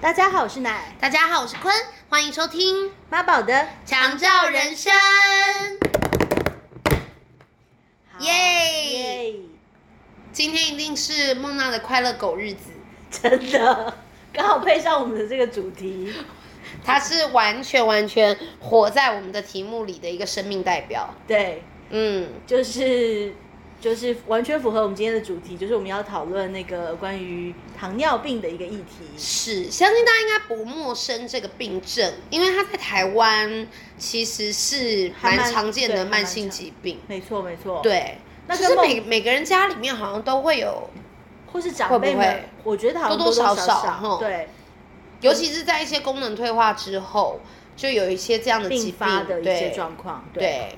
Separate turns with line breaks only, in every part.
大家好，我是奶
大家好，我是坤，欢迎收听《
妈宝的
强照人生》。
好
耶
耶，
今天一定是梦娜的快乐狗日子，
真的 刚好配上我们的这个主题，
她是完全完全活在我们的题目里的一个生命代表。
对，
嗯，
就是就是完全符合我们今天的主题，就是我们要讨论那个关于糖尿病的一个议题。
是，相信大家应该不陌生这个病症，因为它在台湾其实是
还
蛮
蛮
常见
对
的
还
慢
蛮
性
常
疾病。
没错，没错，，
对，
那
就
跟
是
梦
每每个人家里面好像都会有，
或是长辈
会
们，我觉得好像
多多
少
少少吼
对
尤其是在一些功能退化之后，就有一些这样的疾
并
病
发的一些
对
状况，对
对，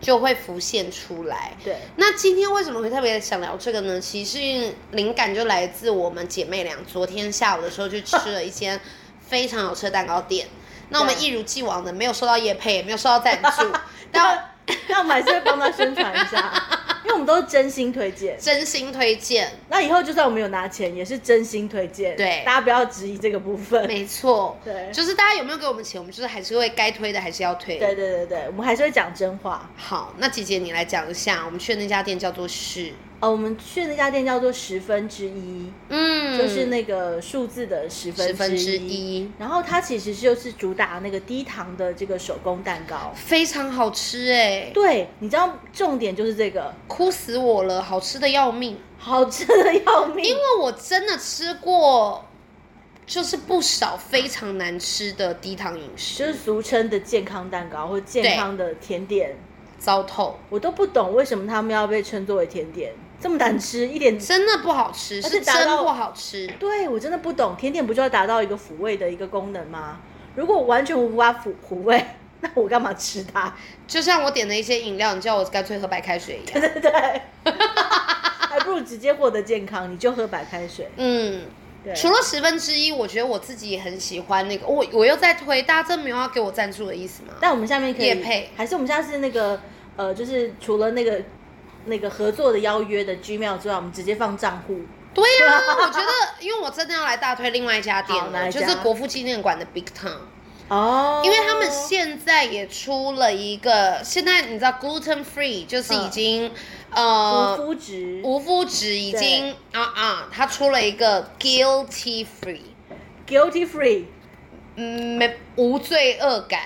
就会浮现出来。
对
那今天为什么会特别想聊这个呢？其实灵感就来自我们姐妹俩昨天下午的时候去吃了一间非常好吃的蛋糕 店。那我们
对，
一如既往的没有收到业配，也没有收到赞助 但
那那我们还是会帮他宣传一下， 因为我们都是真心推荐。
真心推荐。
那以后就算我们有拿钱，也是真心推荐，
对
大家不要质疑这个部分。
没错，
对
就是大家有没有给我们钱，我们就是还是会该推的还是要推。
对对对对，我们还是会讲真话。
好，那姐姐你来讲一下，我们去的那家店叫做是，
哦，我们去的那家店叫做十分之一，
嗯，
就是那个数字的嗯十分
十分之
一。
一，
然后它其实就是主打那个低糖的这个手工蛋糕。
非常好吃哎、
对，你知道重点就是这个，
哭死我了，好吃的要命。
好吃的要命。
因为我真的吃过，就是不少非常难吃的低糖饮
就是
食，
俗称的健康蛋糕或健康的甜点，
糟透，
我都不懂为什么他们要被称作为甜点，这么难吃，一点
真的不好吃，
而且
是
达
真
到
不好吃。
对我真的不懂，甜点不就要达到一个抚慰的一个功能吗？如果我完全无法抚抚慰， 那我干嘛吃它？
就像我点的一些饮料，你叫我干脆喝白开水 一样。
对不对？还不如直接获得健康，你就喝白开水。
嗯，
对，
除了十分之一，我觉得我自己也很喜欢那个，我我又在推，大家真没有要给我赞助的意思吗？
但我们下面可以
业配
还是我们下次那个呃，就是除了那个那个合作的邀约的 Gmail 之外，我们直接放账户。
对呀、 我觉得，因为我真的要来大推另外一家店
好哪
了，
一家
就是国父纪念馆的 Big Town。
哦，
因为他们现在也出了一个，现在你知道 gluten free 就是已经、
嗯无
呃
麸质
无麸质已经啊啊，他出了一个 guilty free，
guilty free，
嗯，没无罪恶感，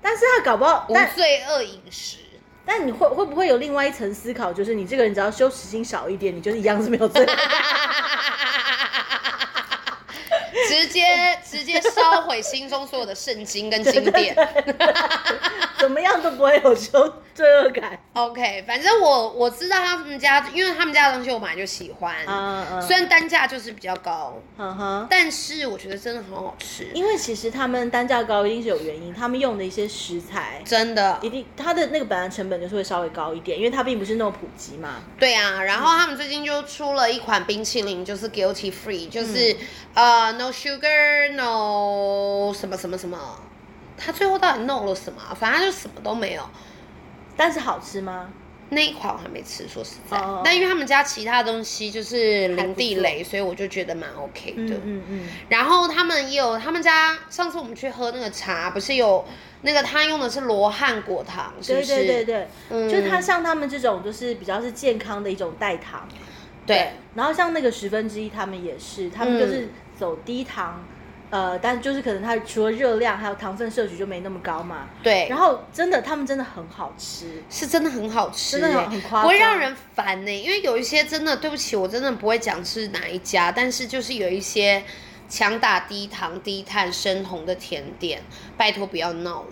但是他搞不好，
无
但
罪恶饮 食。
但你会会不会有另外一层思考，就是你这个人只要羞耻心少一点，你就是一样是没有 罪恶感。
直接直接烧毁心中所有的圣经 跟经典。
怎么样都不会有羞罪恶 感。
OK，反正我我知道他们家，因为他们家的东西我本来就喜欢，
嗯嗯
虽然单价就是比较高，
嗯哼，
但是我觉得真的很好吃，
因为其实他们单价高一定是有原因，他们用的一些食材
真的
一。定它的那个本来成本就是会稍微高一点，因为它并不是那么普及嘛。
对啊，然后他们最近就出了一款冰淇淋，就是 guilty free，就是、
嗯
呃 no sugar no 什么什么什么，他最后到底弄了什么啊？反正就什么都没有。
但是好吃吗？
那一款我还没吃，说实在
哦
但因为他们家其他东西就是零地
还
雷，所以我就觉得蛮 OK 的。
嗯嗯嗯，
然后他们也有，他们家上次我们去喝那个茶，不是有那个他用的是罗汉果糖，是不
对
是？
对对对，
嗯
就是它像他们这种就是比较是健康的一种代糖，
对
然后像那个十分之一他们也是，他们就是
嗯
走低糖。呃，但就是可能它除了热量，还有糖分摄取就没那么高嘛。
对
然后真的，他们真的很好 吃。
是真的很好吃、欸，
真的很很夸张
不会让人烦呢、因为有一些真的，对不起，我真的不会讲是哪一家，但是就是有一些强打低糖、低碳、深红的甜点，拜托不要闹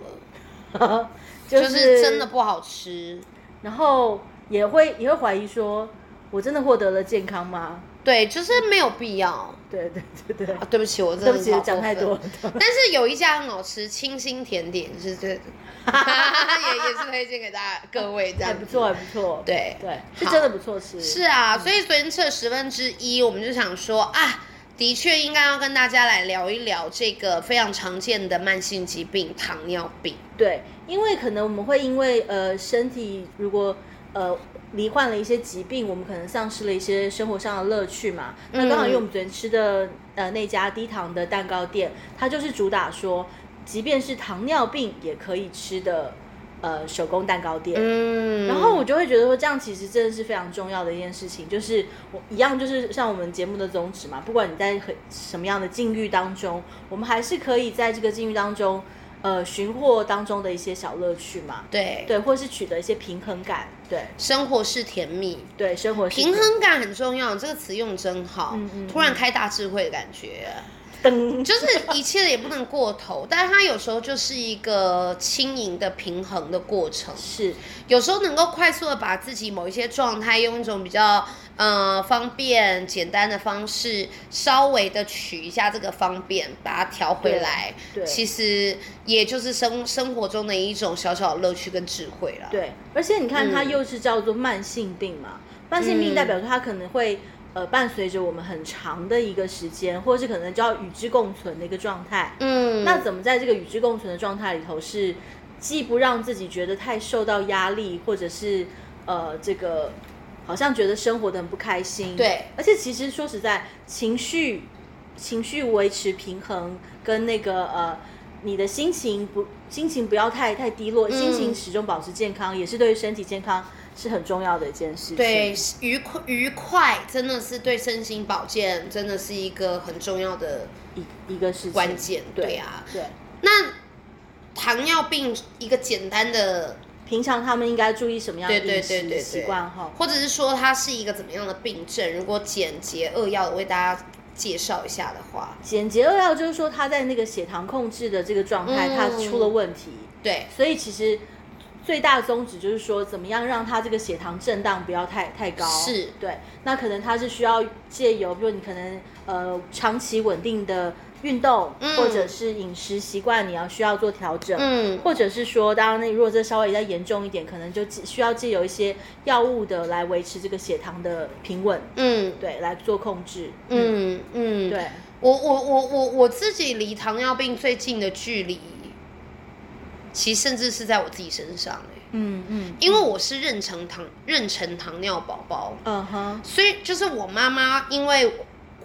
了，
就
就是真的不好吃。
然后也会也会怀疑说，我真的获得了健康吗？
对，就是没有必要。啊、
对对对对，
对不起， 我真
对
的
不起
老，过
讲太
分
多了。
但是有一家很好吃，清新甜点是这，也也是推荐给大家各位这样
还不
子
错，还不错。
对
对，是
好
真的不错吃。
是啊，所以昨天吃了十分之一，我们就想说啊，的确应该要跟大家来聊一聊这个非常常见的慢性疾病糖尿病。
对，因为可能我们会因为呃身体如果呃罹患了一些疾病，我们可能丧失了一些生活上的乐趣嘛。那
嗯
刚好因为我们昨天吃的呃那家低糖的蛋糕店，它就是主打说，即便是糖尿病也可以吃的呃手工蛋糕店。
嗯，
然后我就会觉得说，这样其实真的是非常重要的一件事情，就是我一样就是像我们节目的宗旨嘛，不管你在很什么样的境遇当中，我们还是可以在这个境遇当中，呃，寻获当中的一些小乐趣嘛，
对
对，或是取得一些平衡感，对
生活是甜蜜，
对，生活是
平衡感很重要，这个词用真好，
嗯嗯
突然开大智慧的感觉。
灯，
就是一切也不能过头，但是它有时候就是一个轻盈的平衡的过程。
是
有时候能够快速的把自己某一些状态，用一种比较呃方便、简单的方式，稍微的取一下这个方便，把它调回来。
对对
其实也就是生生活中的一种小小的乐趣跟智慧了。，
对，而且你看，它
嗯
又是叫做慢性病嘛，慢性病代表说它可能会呃伴随着我们很长的一个时间，或是可能就要与之共存的一个状态。
嗯，
那怎么在这个与之共存的状态里头，是既不让自己觉得太受到压力，或者是呃这个好像觉得生活的很不开心，
对
而且其实说实在，情绪情绪维持平衡跟那个呃。你的心情不心情不要太太低落，
嗯
心情始终保持健康，也是对于身体健康是很重要的一件事情。
对，愉快愉快真的是对身心保健真的是一个很重要的
一一个事情
关键。
对
对啊，
对，
那糖尿病一个简单的，
平常他们应该注意什么样的饮
对对对对
食
对，
习惯哈？
或者是说它是一个怎么样的病症？如果简洁扼要的为大家介绍一下的话，
简洁扼要就是说，他在那个血糖控制的这个状态，
嗯
他出了问题，
对，
所以其实最大宗旨就是说，怎么样让他这个血糖震荡不要太太高。
是
对，那可能他是需要借由，比如你可能呃长期稳定的运动，
嗯
或者是饮食习惯，你要需要做调整。
嗯，
或者是说，当然，那如果这稍微再严重一点，可能就需要借由一些药物的来维持这个血糖的平稳，
嗯。
对，来做控制。，
嗯嗯，
对，
我我我我我自己离糖尿病最近的距离，其实甚至是在我自己身上、欸、
嗯嗯
因为我是妊娠糖妊娠糖尿宝宝，
嗯哼，
所以就是我妈妈因为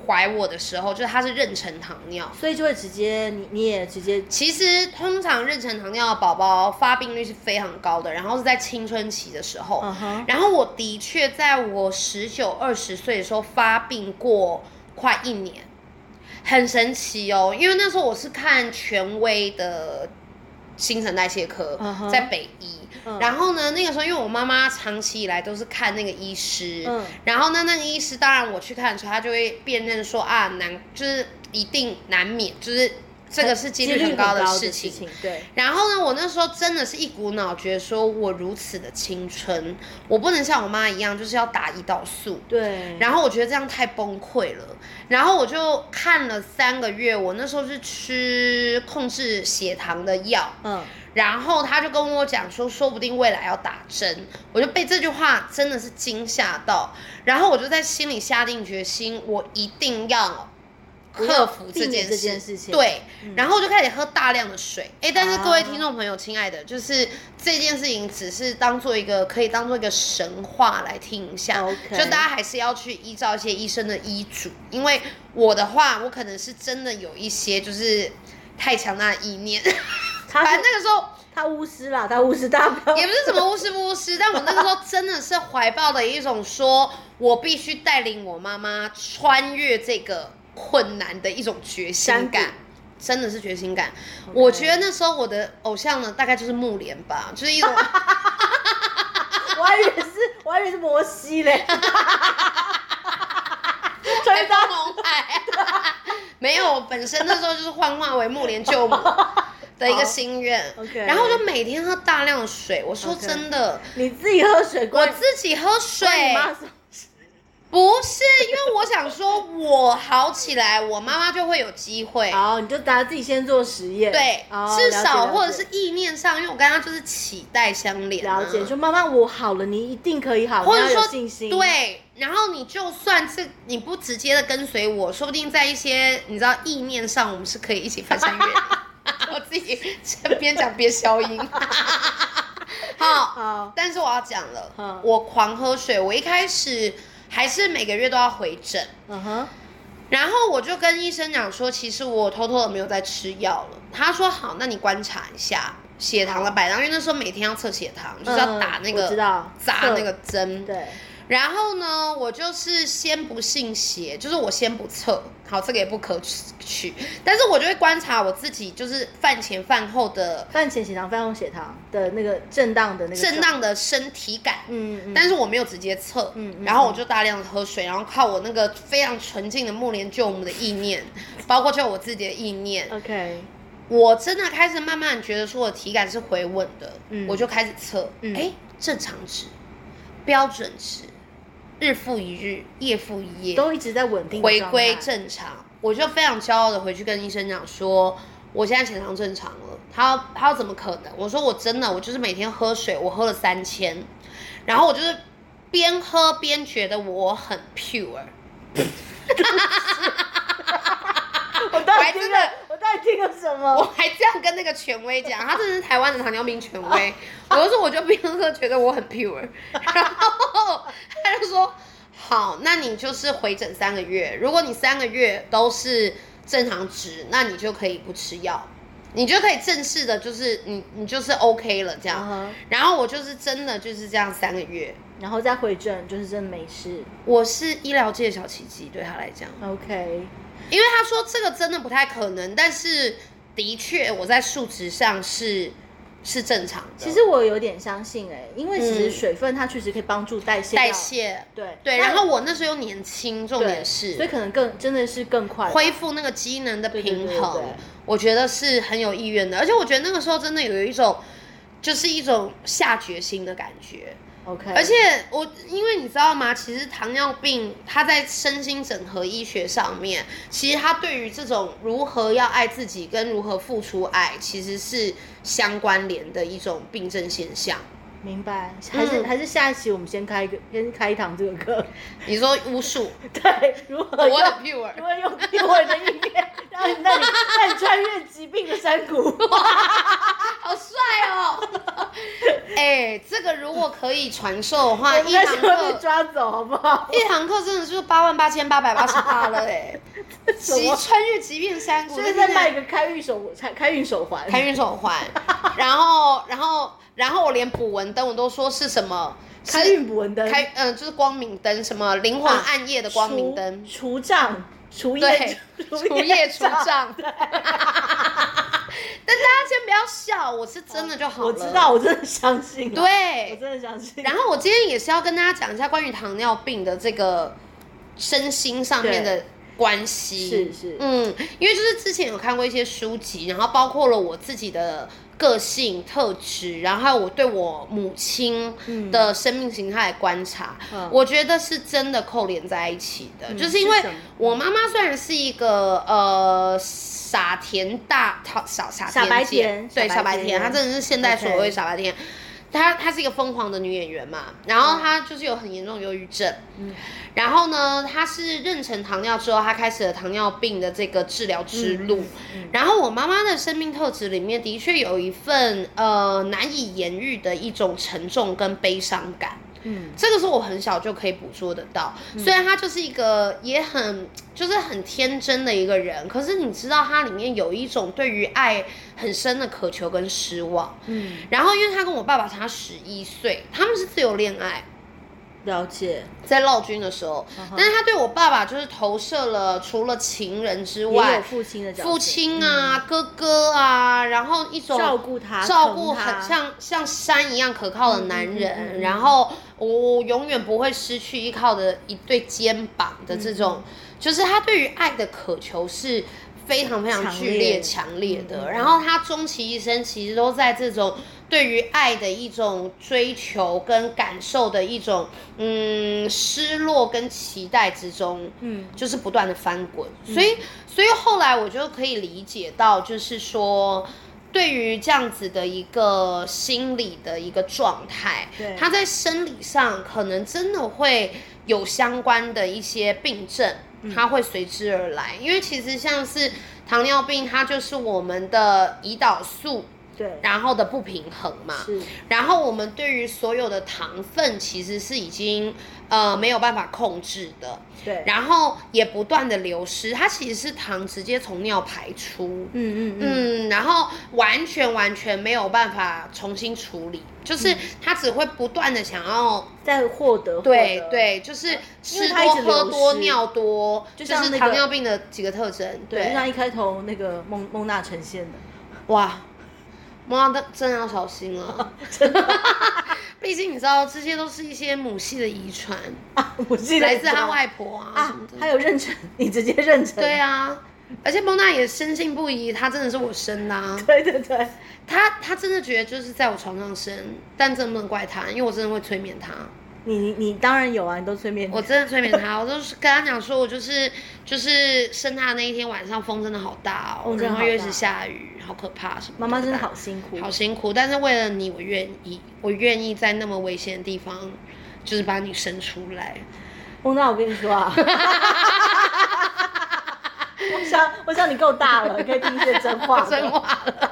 怀我的时候，就是她是妊娠糖尿，
所以就会直接你你也直接
其实通常妊娠糖尿的宝宝发病率是非常高的，然后是在青春期的时候。
嗯哼
然后我的确在我十九二十岁的时候发病过快一年，很神奇哦，因为那时候我是看权威的新陈代谢科
嗯哼
在北医。
嗯
然后呢，那个时候因为我妈妈长期以来都是看那个医师，
嗯
然后呢，那个医师当然我去看的时候，他就会辨认说啊，难就是一定难免就是这个是几率很高的事情。
情，对，
然后呢，我那时候真的是一股脑觉得说，我如此的青春，我不能像我妈一样，就是要打胰岛素。
对，
然后我觉得这样太崩溃了，然后我就看了三个月，我那时候是吃控制血糖的药，
嗯，
然后他就跟我讲说，说不定未来要打针，我就被这句话真的是惊吓到，然后我就在心里下定决心，我一定要克服这
避免这
件事
件事情嗯
对，然后我就开始喝大量的水。哎，但是
啊
各位听众朋友，亲爱的，就是这件事情只是当做一个可以当做一个神话来听一下
OK
就大家还是要去依照一些医生的医嘱，因为我的话，我可能是真的有一些就是太强大的意念，
他
反正那个时候。
他巫师啦，他巫师大标
也不是什么巫师不巫师，但我那个时候真的是怀抱的一种说，我必须带领我妈妈穿越这个困难的一种决心
山
感。真的是决心感我觉得那时候我的偶像呢，大概就是木莲吧，就是一 种
我还以为是我还以为是摩西 嘞，穿越
黑帮
到
红海。 没有，我本身那时候就是幻化为木莲救母的一个 心愿。
OK
然后我就每天喝大量的水。我说
OK
真的
你自己喝水，
我
关
自己喝水，
关你妈什么事
不是，因为我想说，我好起来，我妈妈就会有机会。
好，你就大家自己先做实验，
对，
哦
至
了解
少
了
或者
解
是意念上，因为我跟她就是期待相连、啊。
了解，说妈妈我好了，你一定可以好，
或者
你要
说
有信心，，
对，然后你就算是你不直接的跟随我，说不定在一些你知道意念上，我们是可以一 起翻山越岭。我自己这边讲边消音。好，好，
好，
但是我要讲了，
嗯
我狂喝水，我一开始还是每个月都要回诊，
嗯哼，
然后我就跟医生讲说，其实我偷偷的没有在吃药了。他说好，那你观察一下血糖的摆荡，因为那时候每天要测血糖，就是要打那
嗯
个、
我知道
扎
测
那个针。
对，
然后呢，我就是先不信邪，就是我先不测，好，这个也不可取，但是我就会观察我自己，就是饭前饭后的
饭前血糖、饭后血糖的那个震荡的那个
震
状，
荡的身体感。
嗯嗯，
但是我没有直接测，
嗯嗯
然后我就大量地喝水，然后靠我那个非常纯净的木莲救母的意念，
嗯
包括就我自己的意念，
OK，
我真的开始慢慢觉得说我体感是回稳的，
嗯
我就开始测，
嗯
哎、正常值、标准值，日复一日，夜复一夜，
都一直在稳定的
回
状态
归，正常，我就非常骄傲的回去跟医生讲说，我现在血糖正常了。他要他要怎么可能？我说我真的，我就是每天喝水，我喝了三千，然后我就是边喝边觉得我很 pure，
我到
我
底
还
听
真
了
的，
我到底听了什么？
我还这样跟那个权威讲，他真的是台湾的糖尿病权威。 我就说我就边喝觉得我很 pure，然后他就说好，那你就是回诊三个月，如果你三个月都是正常值，那你就可以不吃药，你就可以正式的，就是你你就是 OK 了这样。
嗯哼
然后我就是真的就是这样三个月，
然后再回正，就是真的没事。
我是医疗界的小奇迹对他来讲，
OK，
因为他说这个真的不太可能，但是的确我在数值上是是正常的。
其实我有点相信哎、因为其实
嗯
水分它确实可以帮助代谢掉
代，谢，
对
对，
那
然后我那时候又年轻，重
对
点是
所以可能更真的是更快吧
恢复那个机能的
对对
平
对
衡
对，
我觉得是很有意愿的，而且我觉得那个时候真的有一种。就是一种下决心的感觉，
OK，
而且我因为你知道吗？其实糖尿病它在身心整合医学上面，其实它对于这种如何要爱自己跟如何付出爱，其实是相关联的一种病症现象。
明白，还是、
嗯
还是下一期我们先开一个先开一堂这个课，
你说巫术，
对，如何
我
用
很 pure，
如何用英文的音乐让你让你让你穿越疾病的山谷。
好帅哦！ 哎、这个如果可以传授的话，
我们
一
在
堂
上面
课哎
抓走好不好？
一堂课真的就是八万八千八百八十八了哎、
什
疾
么
穿越疾病山谷，
所以再卖一
个
个开运手 开开运手环，
开运手环，然后然后然后我连捕蚊灯我都说是什么
开运捕蚊灯，
开嗯、就是光明灯，什么灵魂暗夜的光明灯，
除除障、 除
对
夜、，
除夜除
障。
障。但大家先不要笑，我是真的就好了。
我知道，，我真的相信了，
对，
我真的相信。
然后我今天也是要跟大家讲一下关于糖尿病的这个身心上面的关系。
是是
嗯，因为就是之前有看过一些书籍，然后包括了我自己的个性特质，然后还有我对我母亲的生命形态的观察，
嗯
我觉得是真的扣连在一起的。
嗯
就是因为
是什么
我妈妈虽然是一个呃傻甜大傻傻傻
傻白
姐
甜嗯
对
傻
傻
白
白甜，
甜
她真的是现代所
OK
谓傻白甜。她她是一个疯狂的女演员嘛，然后她就是有很严重的忧郁症，
嗯
然后呢，她是妊娠糖尿之后，她开始了糖尿病的这个治疗之路。
嗯
然后我妈妈的生命特质里面的确有一份呃难以言喻的一种沉重跟悲伤感，
嗯
这个是我很小就可以捕捉得到。虽然她就是一个也很就是很天真的一个人，可是你知道她里面有一种对于爱很深的渴求跟失望。
嗯，
然后因为她跟我爸爸差十一岁，他们是自由恋爱，
了解，
在闹军的时候
嗯哼
但是他对我爸爸就是投射了除了情人之
也有
外，
父亲的角色，嗯
父亲啊、哥哥啊，然后一种
照顾他，
照顾
疼他
很像像山一样可靠的男人，
嗯嗯嗯嗯嗯
然后我我永远不会失去依靠的一对肩膀的这种，
嗯
就是他对于爱的渴求是非常非常
强
剧
烈
烈、强烈的。
嗯嗯嗯
然后他终其一生其实都在这种对于爱的一种追求跟感受的一种嗯失落跟期待之中，
嗯
就是不断的翻滚，所以所以后来我就可以理解到，就是说。对于这样子的一个心理的一个状态
对，
他在生理上可能真的会有相关的一些病症，
嗯
它会随之而来。因为其实像是糖尿病，它就是我们的胰岛素
对，
然后的不平衡嘛。
是
然后我们对于所有的糖分其实是已经呃没有办法控制的，
对，
然后也不断的流失，它其实是糖直接从尿排出，
嗯嗯嗯，
嗯，然后完全完全没有办法重新处理，就是它只会不断的想要，
在嗯获得
对，
获得
对，就是
因为
吃
它一
多
直
喝
流
多
失
尿多，
就
就
像
是
那
糖
个
尿病的几个特征，
对，就
对，
像一开头那个孟孟娜呈现的，
哇，妈的，真的要小心 了。 毕竟你知道，这些都是一些母系的遗传，
啊，我记得
来自他
他
外婆啊什
啊
么，的
还有妊娠，你直接妊娠，
对啊，而且蒙娜也深信不疑，她真的是我生的、啊。
对对对，
她她真的觉得就是在我床上生，但真的不能怪她，因为我真的会催眠她，
你你你当然有啊，你都催眠
我真的催眠她，我都是跟她讲说，我就是就是生她的那一天晚上风真的好大哦，
风真的
然
好
后
大
又一直下雨，好可怕什
妈
么
妈真的
好。
好辛苦，
好辛苦，但是为了你，我愿意，我愿意在那么危险的地方，就是把你生出来。
孟娜，我跟你说 啊。我想，我想你够大了，可以听一些真话了。
真话了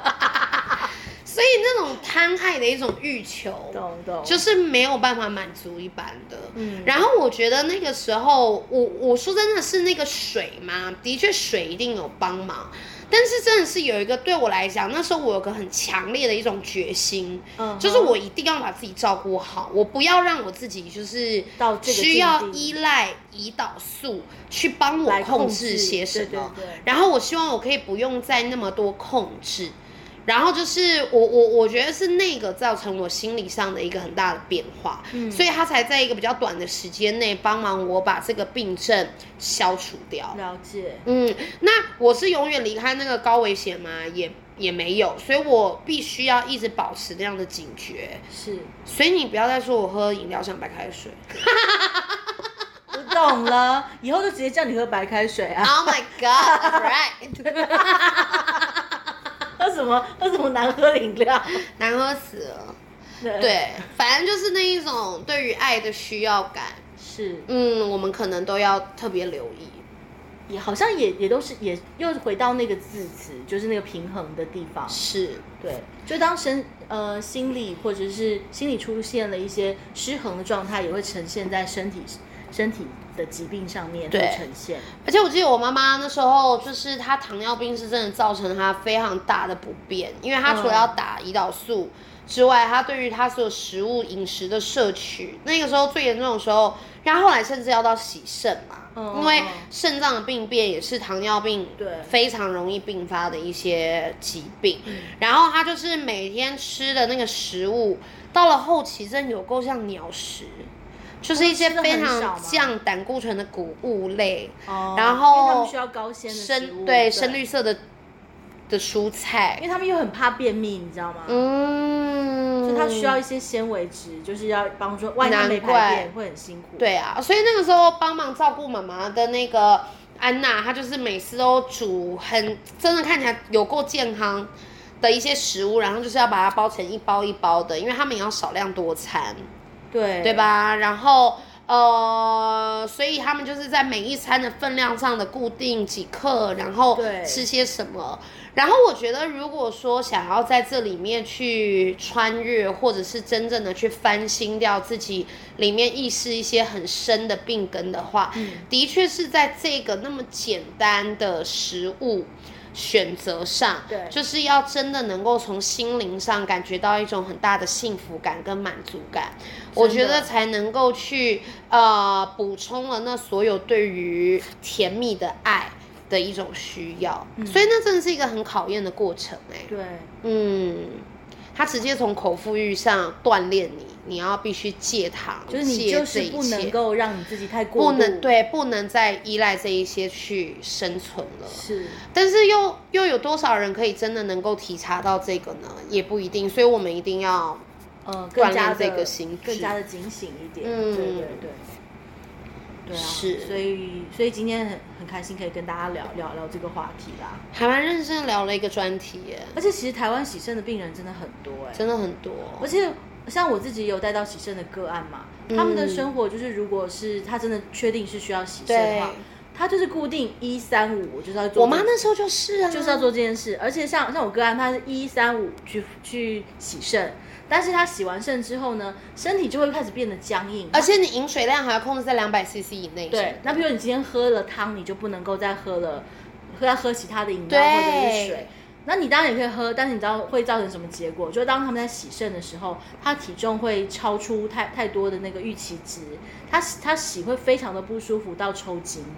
所以那种贪爱的一种欲求，
懂懂，
就是没有办法满足一般的。
嗯
然后我觉得那个时候，我我说真的是那个水嘛，的确水一定有帮忙，但是真的是有一个对我来讲，那时候我有个很强烈的一种决心，
嗯哼
就是我一定要把自己照顾好，我不要让我自己就是
到这个
需要
境地
依赖胰岛素去帮我
来控
制
制
些什么，
对对对
然后我希望我可以不用再那么多控制。然后就是我我我觉得是那个造成我心理上的一个很大的变化，
嗯
所以他才在一个比较短的时间内帮忙我把这个病症消除掉。
了解。
嗯，那我是永远离开那个高危险吗？也也没有，所以我必须要一直保持那样的警觉。
是，
所以你不要再说我喝饮料像白开水。
我懂了，以后就直接叫你喝白开水啊，
Oh my god！Right，
喝什么喝什么难喝的饮料。
难喝死了。
对，
对，反正就是那一种对于爱的需要感，
是，
嗯，我们可能都要特别留意。
也好像也也都是也又回到那个字词，就是那个平衡的地方。
是，
对，就当身呃心理或者是心理出现了一些失衡的状态，也会呈现在身体身体的疾病上面会
对
呈现。
而且我记得我妈妈那时候就是她糖尿病是真的造成她非常大的不便，因为她
嗯
除了要打胰岛素之外，她对于她所有食物饮食的摄取，那个时候最严重的时候，然后后来甚至要到洗肾嘛。
嗯
因为
嗯嗯
肾脏的病变也是糖尿病
对
非常容易并发的一些疾病，
嗯
然后她就是每天吃的那个食物，到了后期真的有够像鸟食，就是一些
哦吃得
非
很少
常
吗
降胆固醇的谷物类，
哦
然后
因为他们需要高纤的食
深
物，
对深绿，色的的蔬
因
菜
为，他们又很怕便秘，你知道吗？
嗯，
所以它需要一些纤维质，就是要帮助万一没
难怪
排便会很辛苦。，
对啊，所以那个时候帮忙照顾妈妈的那个安娜，她就是每次都煮很真的看起来有够健康的一些食物，然后就是要把它包成一包一包的，因为他们也要少量多餐，
对，
对？吧？然后。呃，所以他们就是在每一餐的分量上的固定几克，然后
对
吃些什么。然后我觉得，如果说想要在这里面去穿越，或者是真正的去翻新掉自己里面意识一些很深的病根的话，
嗯
的确是在这个那么简单的食物。选择上，
对
就是要真的能够从心灵上感觉到一种很大的幸福感跟满足感，我觉得才能够去呃补充了那所有对于甜蜜的爱的一种需要，
嗯
所以那真的是一个很考验的过程哎、
对，
嗯，他直接从口腹欲上锻炼你，你要必须戒糖，
就是你
戒
就
这
是
一
不
切
能够让你自己太过
不
度，
能，对，不能再依赖这一些去生存了。
是
但是又又有多少人可以真的能够体察到这个呢？也不一定，所以我们一定要
呃更加
锻
的
炼这个心智
更加的警醒一点。
嗯
对对对。对啊，
是
所以所以今天很很开心可以跟大家聊聊聊这个话题啦。
还蛮认真地聊了一个专题耶，
而且其实台湾洗肾的病人真的很多哎、
真的很多。
而且像我自己有带到
嗯
洗肾的个案嘛，他们的生活就是，如果是他真的确定是需要洗肾的话
对，
它就是固定一三五，我就是要做。
我妈那时候就是啊，
就是要做这件事，而且像像我个案，她是一三五去去洗肾，但是她洗完肾之后呢，身体就会开始变得僵硬，
而且你饮水量还要控制在两百 CC 以内。
对，那比如你今天喝了汤，你就不能够再喝了，喝再喝其他的饮料或者是水
对。，
那你当然也可以喝，但是你知道会造成什么结果？就当他们在洗肾的时候，他体重会超出太太多的那个预期值，他他洗会非常的不舒服到抽筋。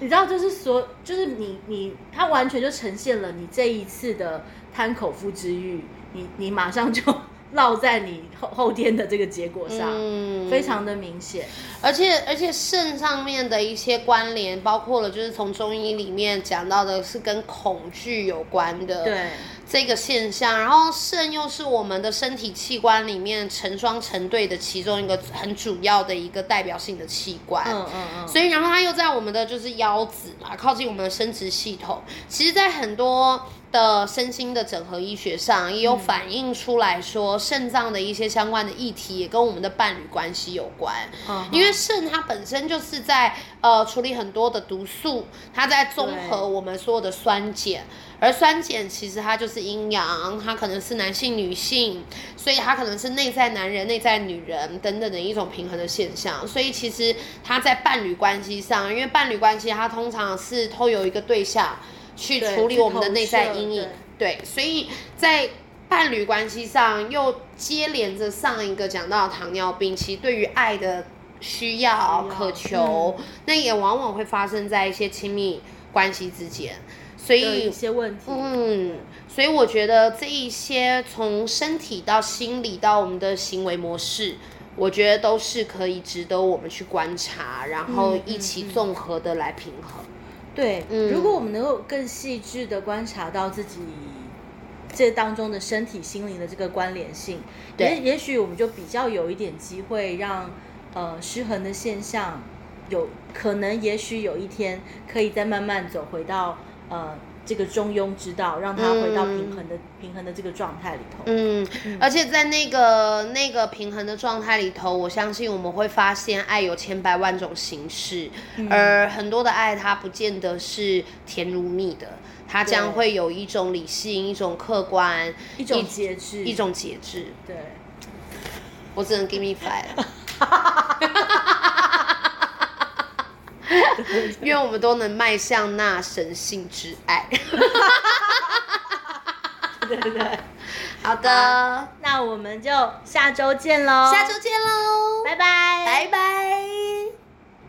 你知道，就是所，就是你你他完全就呈现了你这一次的贪口腹之欲，你你马上就 落在你后后天的这个结果上，
嗯
非常的明显。
而且而且肾上面的一些关联，包括了就是从中医里面讲到的是跟恐惧有关的，
对
这个现象。然后肾又是我们的身体器官里面成双成对的其中一个很主要的一个代表性的器官，
嗯嗯嗯，
所以，然后它又在我们的就是腰子嘛，靠近我们的生殖系统。其实，在很多的身心的整合医学上，也有反映出来说，肾脏的一些相关的议题也跟我们的伴侣关系有关。
嗯
因为肾它本身就是在呃处理很多的毒素，它在综
对
合我们所有的酸碱，而酸碱其实它就是阴阳，它可能是男性、女性，所以它可能是内在男人、内在女人等等的一种平衡的现象。所以其实它在伴侣关系上，因为伴侣关系它通常是透由一个对象去
对
处理
去
我们的
投
内在
射
阴影，对，所以在伴侣关系上又接连着上一个讲到的糖尿病，其实对于爱的需要、
需要
渴求，
嗯
那也往往会发生在一些亲密关系之间，所
有一
以。
些问题，
嗯，所以我觉得这一些从身体到心理到我们的行为模式，我觉得都是可以值得我们去观察，然后
嗯
一
嗯
起
嗯
综合的来平衡。
对，
嗯
如果我们能够更细致的观察到自己这当中的身体、心灵的这个关联性，
对
也也许我们就比较有一点机会让呃失衡的现象有可能，也许有一天可以再慢慢走回到呃这个中庸之道，让它回到平衡的、平衡的这个状态里头。
嗯，而且在那个那个平衡的状态里头，我相信我们会发现爱有千百万种形式，
嗯
而很多的爱它不见得是甜如蜜的，它将
对
会有一种理性、一种客观、
一种节制，
一种节制。
对。
我只能 give me five 了。愿我们都能迈向那神性之爱。
对对对，
好的，
那我们就下周见喽！
下周见喽，
拜拜，
拜拜。